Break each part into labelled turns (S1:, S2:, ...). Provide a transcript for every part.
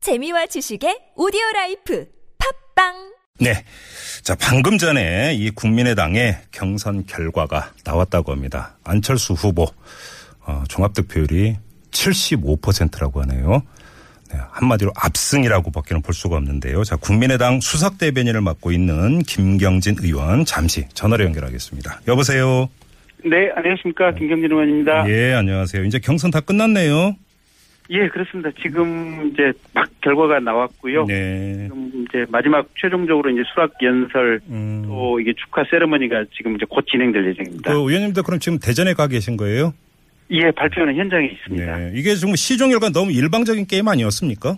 S1: 재미와 지식의 오디오 라이프 팝빵
S2: 네. 자, 방금 전에 이 국민의당의 경선 결과가 나왔다고 합니다. 안철수 후보, 어, 종합득표율이 75%라고 하네요. 네, 한마디로 압승이라고밖에는 볼 수가 없는데요. 자, 국민의당 수석대변인을 맡고 있는 김경진 의원, 잠시 전화로 연결하겠습니다. 여보세요?
S3: 네, 안녕하십니까. 김경진 의원입니다. 예.
S2: 예, 안녕하세요. 이제 경선 다 끝났네요.
S3: 그렇습니다. 지금 이제 막 결과가 나왔고요.
S2: 네.
S3: 지금 이제 마지막 최종적으로 이제 수락 연설
S2: 음,
S3: 또 이게 축하 세레머니가 지금 이제 곧 진행될 예정입니다.
S2: 그 의원님도 그럼 지금 대전에 가 계신 거예요?
S3: 예, 발표는 현장에 있습니다.
S2: 네. 이게 지금 시종 결과 너무 일방적인 게임 아니었습니까?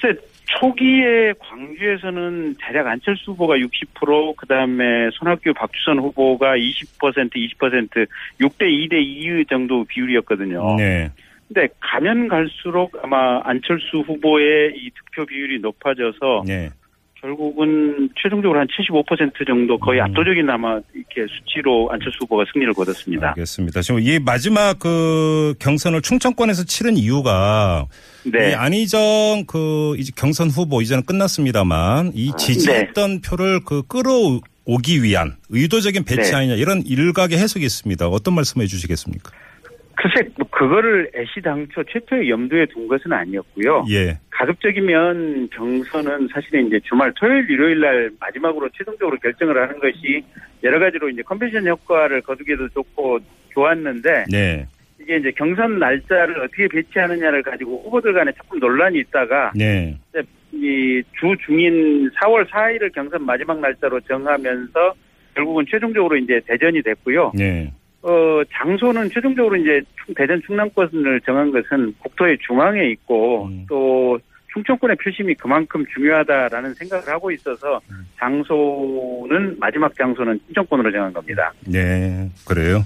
S3: 글쎄, 초기에 광주에서는 대략 안철수 후보가 60%, 그 다음에 손학규 박주선 후보가 20%, 20%, 6대 2대 2 정도 비율이었거든요.
S2: 네.
S3: 근데 가면 갈수록 아마 안철수 후보의 이 득표 비율이 높아져서
S2: 네.
S3: 결국은 최종적으로 한 75% 정도 거의
S2: 음.
S3: 압도적인 아마 이렇게 수치로 안철수 후보가 승리를 거뒀습니다.
S2: 알겠습니다. 지금 이 마지막 그 경선을 충청권에서 치른 이유가 이
S3: 네.
S2: 안희정 그 이제 경선 후보 이제는 끝났습니다만 이
S3: 아, 네.
S2: 지지했던 표를 그 끌어오기 위한 의도적인 배치
S3: 네.
S2: 아니냐 이런 일각의 해석이 있습니다. 어떤 말씀해 주시겠습니까?
S3: 글쎄 뭐 그거를 애시당초 최초의 염두에 둔 것은 아니었고요.
S2: 예.
S3: 가급적이면 경선은 사실은 이제 주말 토요일 일요일 날 마지막으로 최종적으로 결정을 하는 것이 여러 가지로 이제 컨벤션 효과를 거두기도 좋고 좋았는데
S2: 네.
S3: 이게 이제 경선 날짜를 어떻게 배치하느냐를 가지고 후보들 간에 조금 논란이 있다가
S2: 네.
S3: 이 주중인 4월 4일을 경선 마지막 날짜로 정하면서 결국은 최종적으로 이제 대전이 됐고요.
S2: 네.
S3: 어, 장소는 최종적으로 이제 충- 대전 충남권을 정한 것은 국토의 중앙에 있고
S2: 음.
S3: 또 충청권의 표심이 그만큼 중요하다라는 생각을 하고 있어서 장소는 마지막 장소는 충청권으로 정한 겁니다.
S2: 네. 그래요.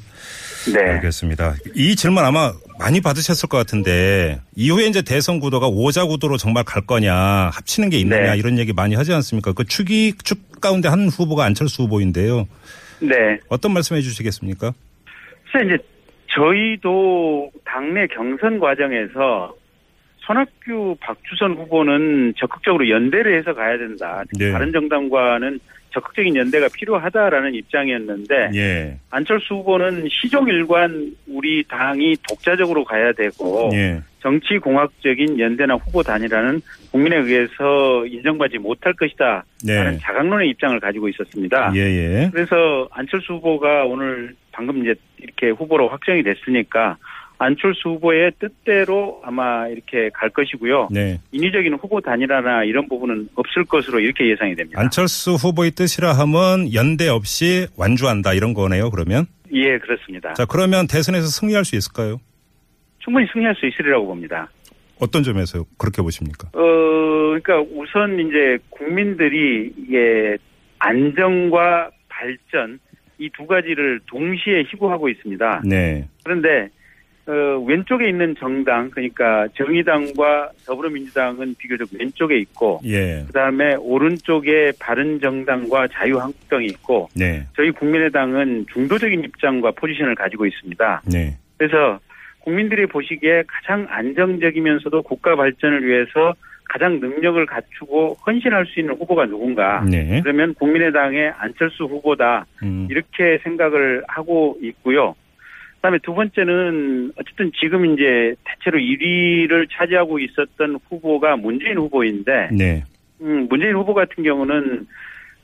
S3: 네.
S2: 알겠습니다. 이 질문 아마 많이 받으셨을 것 같은데 이후에 이제 대선 구도가 오자 구도로 정말 갈 거냐 합치는 게 있느냐
S3: 네.
S2: 이런 얘기 많이 하지 않습니까? 그 축이 축 가운데 한 후보가 안철수 후보인데요.
S3: 네.
S2: 어떤 말씀해 주시겠습니까?
S3: 사실 이제 저희도 당내 경선 과정에서 손학규 박주선 후보는 적극적으로 연대를 해서 가야 된다.
S2: 네.
S3: 다른 정당과는 적극적인 연대가 필요하다라는 입장이었는데
S2: 예.
S3: 안철수 후보는 시종일관 우리 당이 독자적으로 가야 되고
S2: 예.
S3: 정치공학적인 연대나 후보 단일화는 국민에 의해서 인정받지 못할 것이다 라는
S2: 네.
S3: 자각론의 입장을 가지고 있었습니다.
S2: 예, 예.
S3: 그래서 안철수 후보가 오늘 방금 이제 이렇게 후보로 확정이 됐으니까 안철수 후보의 뜻대로 아마 이렇게 갈 것이고요.
S2: 네.
S3: 인위적인 후보 단일화나 이런 부분은 없을 것으로 이렇게 예상이 됩니다.
S2: 안철수 후보의 뜻이라 하면 연대 없이 완주한다 이런 거네요, 그러면.
S3: 예, 그렇습니다.
S2: 자, 그러면 대선에서 승리할 수 있을까요?
S3: 충분히 승리할 수 있으리라고 봅니다.
S2: 어떤 점에서 그렇게 보십니까?
S3: 어, 그러니까 우선 이제 국민들이 이게 안정과 발전 이 두 가지를 동시에 희구하고 있습니다.
S2: 네.
S3: 그런데 어, 왼쪽에 있는 정당 그러니까 정의당과 더불어민주당은 비교적 왼쪽에 있고
S2: 예.
S3: 그다음에 오른쪽에 바른정당과 자유한국당이 있고
S2: 네.
S3: 저희 국민의당은 중도적인 입장과 포지션을 가지고 있습니다.
S2: 네.
S3: 그래서 국민들이 보시기에 가장 안정적이면서도 국가 발전을 위해서 가장 능력을 갖추고 헌신할 수 있는 후보가 누군가.
S2: 네.
S3: 그러면 국민의당의 안철수 후보다
S2: 음.
S3: 이렇게 생각을 하고 있고요. 그다음에 두 번째는 어쨌든 지금 이제 대체로 1위를 차지하고 있었던 후보가 문재인 후보인데
S2: 네.
S3: 음, 문재인 후보 같은 경우는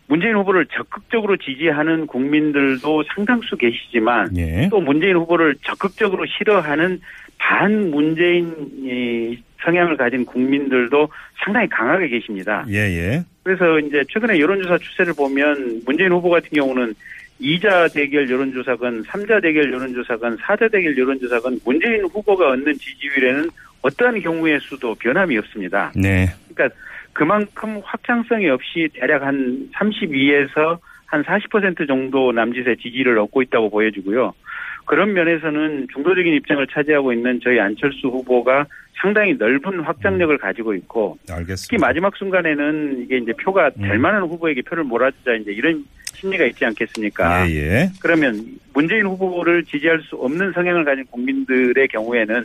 S3: 문재인 후보를 적극적으로 지지하는 국민들도 상당수 계시지만
S2: 예.
S3: 또 문재인 후보를 적극적으로 싫어하는 반 문재인 이 성향을 가진 국민들도 상당히 강하게 계십니다.
S2: 예, 예.
S3: 그래서 이제 최근에 여론조사 추세를 보면 문재인 후보 같은 경우는 2자 대결 여론조사건, 3자 대결 여론조사건, 4자 대결 여론조사건 문재인 후보가 얻는 지지율에는 어떠한 경우의 수도 변함이 없습니다.
S2: 네.
S3: 그러니까 그만큼 확장성이 없이 대략 한 32에서 한 40% 정도 남짓의 지지를 얻고 있다고 보여지고요. 그런 면에서는 중도적인 입장을 차지하고 있는 저희 안철수 후보가 상당히 넓은 확장력을 가지고 있고 특히
S2: 알겠습니다.
S3: 마지막 순간에는 이게 이제 표가 될
S2: 음.
S3: 만한 후보에게 표를 몰아주자 이제 이런 심리가 있지 않겠습니까?
S2: 예, 예.
S3: 그러면 문재인 후보를 지지할 수 없는 성향을 가진 국민들의 경우에는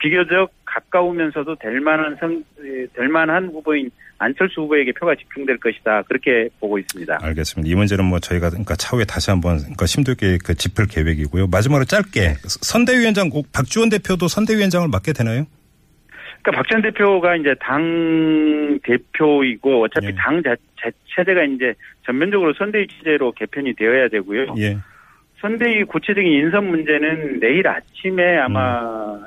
S3: 비교적 가까우면서도 될 만한 성, 에, 될 만한 후보인 안철수 후보에게 표가 집중될 것이다. 그렇게 보고 있습니다.
S2: 알겠습니다. 이 문제는 뭐 저희가 그러니까 차후에 다시 한번 그러니까 심도 있게 그 짚을 계획이고요. 마지막으로 짧게 선대위원장 꼭 박지원 대표도 선대위원장을 맡게 되나요?
S3: 그러니까 박찬 대표가 이제 당 대표이고 어차피
S2: 예.
S3: 당 자, 자- 체제가 이제 전면적으로 선대위 체제로 개편이 되어야 되고요.
S2: 예.
S3: 선대위 구체적인 인선 문제는 내일 아침에 아마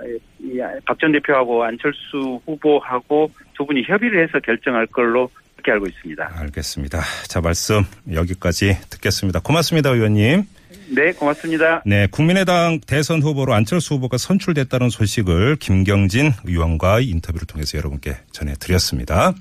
S3: 박 전 대표하고 안철수 후보하고 두 분이 협의를 해서 결정할 걸로 그렇게 알고 있습니다.
S2: 알겠습니다. 자 말씀 여기까지 듣겠습니다. 고맙습니다, 의원님.
S3: 네, 고맙습니다.
S2: 네, 국민의당 대선 후보로 안철수 후보가 선출됐다는 소식을 김경진 의원과의 인터뷰를 통해서 여러분께 전해드렸습니다.